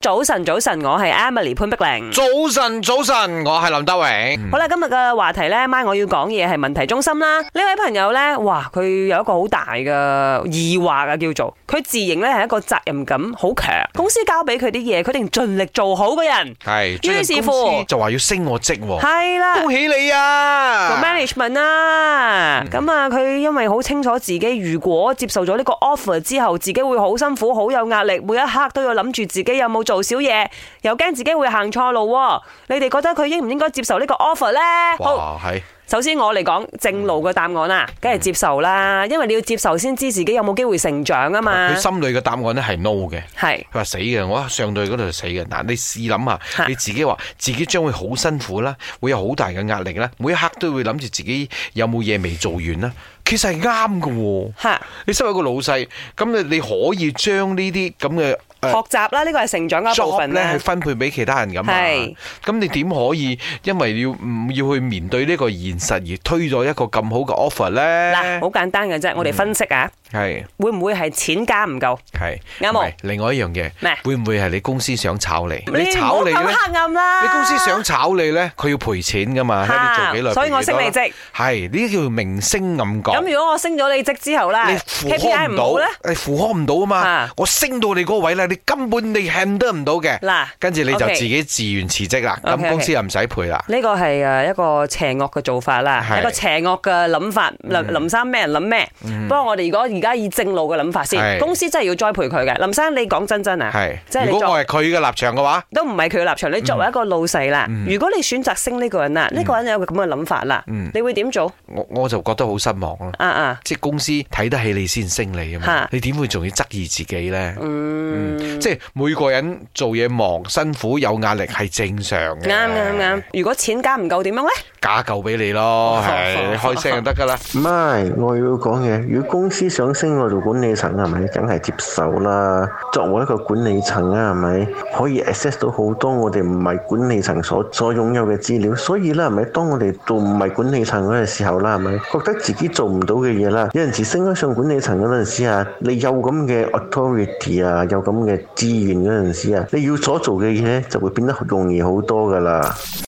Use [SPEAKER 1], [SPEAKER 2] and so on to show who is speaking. [SPEAKER 1] 早晨，早晨，我係 Emily 潘碧玲。
[SPEAKER 2] 早晨，早晨，我係林德榮。
[SPEAKER 1] 好啦，今日嘅話題呢，咪我要講嘢係問題中心啦。呢位朋友呢，哇，佢有一個好大嘅疑惑啊，叫做佢自認呢係一個責任感好強，公司交俾佢啲嘢，佢一定盡力做好嘅人。
[SPEAKER 2] 係，
[SPEAKER 1] 於是乎
[SPEAKER 2] 最近公司就話要升我職喎，
[SPEAKER 1] 係啦，
[SPEAKER 2] 恭喜你
[SPEAKER 1] 做
[SPEAKER 2] 啊！嗯
[SPEAKER 1] management 啦，咁啊佢因為好清楚自己如果接受咗呢個 offer 之後，自己會好辛苦、好有壓力，每一刻都要諗住自己有冇做少嘢，又驚自己會行錯路喎。你哋覺得佢應唔應該接受呢個 offer 呢？好，
[SPEAKER 2] 哇，嗯係
[SPEAKER 1] 首先我嚟講正路嘅答案啦，梗係接受啦，因為你要接受先知自己有冇機會成長啊嘛
[SPEAKER 2] 佢。心裏嘅答案咧係 no 嘅。
[SPEAKER 1] 係
[SPEAKER 2] 佢話死嘅，我上到去嗰度就死嘅。嗱，你試諗
[SPEAKER 1] 嚇
[SPEAKER 2] 下，你自己話自己將會好辛苦啦，會有好大嘅壓力啦，每一刻都會諗住自己有冇嘢未做完啦。其實係啱嘅喎。
[SPEAKER 1] 嚇，
[SPEAKER 2] 你身為一個老細，咁你你可以將呢啲咁嘅誒
[SPEAKER 1] 學習啦，呢個係成長嘅一部
[SPEAKER 2] job
[SPEAKER 1] 分啊
[SPEAKER 2] 咧
[SPEAKER 1] 啦
[SPEAKER 2] 係。分配俾其他人咁
[SPEAKER 1] 係
[SPEAKER 2] 啊。咁你點可以因為要唔要去面對呢個現實而推咗一個咁好嘅
[SPEAKER 1] 嗱，好
[SPEAKER 2] offer 咧？
[SPEAKER 1] 簡單嘅啫，
[SPEAKER 2] 嗯
[SPEAKER 1] 我哋分析啊，
[SPEAKER 2] 係
[SPEAKER 1] 會唔會係錢加唔夠？
[SPEAKER 2] 係
[SPEAKER 1] 啱冇
[SPEAKER 2] 唔係另外一樣嘢
[SPEAKER 1] 咩，
[SPEAKER 2] 會唔會係你公司想炒你？
[SPEAKER 1] 你
[SPEAKER 2] 你炒你
[SPEAKER 1] 唔好咁
[SPEAKER 2] 咧？
[SPEAKER 1] 黑暗啦！
[SPEAKER 2] 你公司想炒你咧，佢要賠錢噶嘛？睇你做幾耐，
[SPEAKER 1] 啊所以我
[SPEAKER 2] 賠幾多啦
[SPEAKER 1] 升你職。
[SPEAKER 2] 係呢啲叫明星
[SPEAKER 1] 咁
[SPEAKER 2] 暗講。
[SPEAKER 1] 如果我升咗你職之後咧
[SPEAKER 2] 你符合
[SPEAKER 1] ，KPI
[SPEAKER 2] 唔
[SPEAKER 1] 唔好咧
[SPEAKER 2] 到，，你符合唔到啊嘛
[SPEAKER 1] 啊！
[SPEAKER 2] 我升到你嗰個位咧，你根本你 handle 唔到嘅。
[SPEAKER 1] 嗱
[SPEAKER 2] 跟住你就
[SPEAKER 1] OK
[SPEAKER 2] 自己自願辭職啦，咁
[SPEAKER 1] OK，OK
[SPEAKER 2] 公司又唔使賠啦。
[SPEAKER 1] 呢個係呃誒一個邪惡嘅做法啦，
[SPEAKER 2] 係嗯
[SPEAKER 1] 一個邪惡嘅諗法。林林生咩人諗咩？不過我哋如果而家以正路嘅諗法先，
[SPEAKER 2] 係
[SPEAKER 1] 公司真係要栽培佢嘅。林生，你講真真啊，即
[SPEAKER 2] 系，
[SPEAKER 1] 係
[SPEAKER 2] 如
[SPEAKER 1] 你
[SPEAKER 2] 果
[SPEAKER 1] 作
[SPEAKER 2] 我係佢嗯嘅立場嘅話，
[SPEAKER 1] 都唔係佢嘅立場。你作為一個老細啦，
[SPEAKER 2] 嗯
[SPEAKER 1] 如果你選擇升呢個人啦，呢個人有個咁嘅諗法啦，
[SPEAKER 2] 嗯
[SPEAKER 1] 你會點做？
[SPEAKER 2] 我我就覺得好失望咯。
[SPEAKER 1] 啊啊！
[SPEAKER 2] 即係公司睇得起你先升你啊
[SPEAKER 1] 嚇
[SPEAKER 2] 嘛，你點會仲要質疑自己呢？嗯，即係每個人做嘢忙、辛苦、有壓力係正常嘅。
[SPEAKER 1] 啱啱啱，如果錢加唔夠點樣咧？
[SPEAKER 2] 假救俾 你咯，係你開聲就得㗎啦。
[SPEAKER 3] 唔係，我要講嘢。如果公司想升我做管理層，係咪？梗係接受啦。作為一個管理層啊，係咪可以 access 到好多我哋唔係管理層所所擁有嘅資料？所以啦，係咪？當我哋做唔係管理層嗰陣時候啦，係咪覺得自己做唔到嘅嘢啦？有陣時升咗上管理層嗰陣時啊，你有咁嘅 authority 啊，有咁嘅資源嗰陣時啊，你要所做嘅嘢咧就會變得容易好多㗎啦。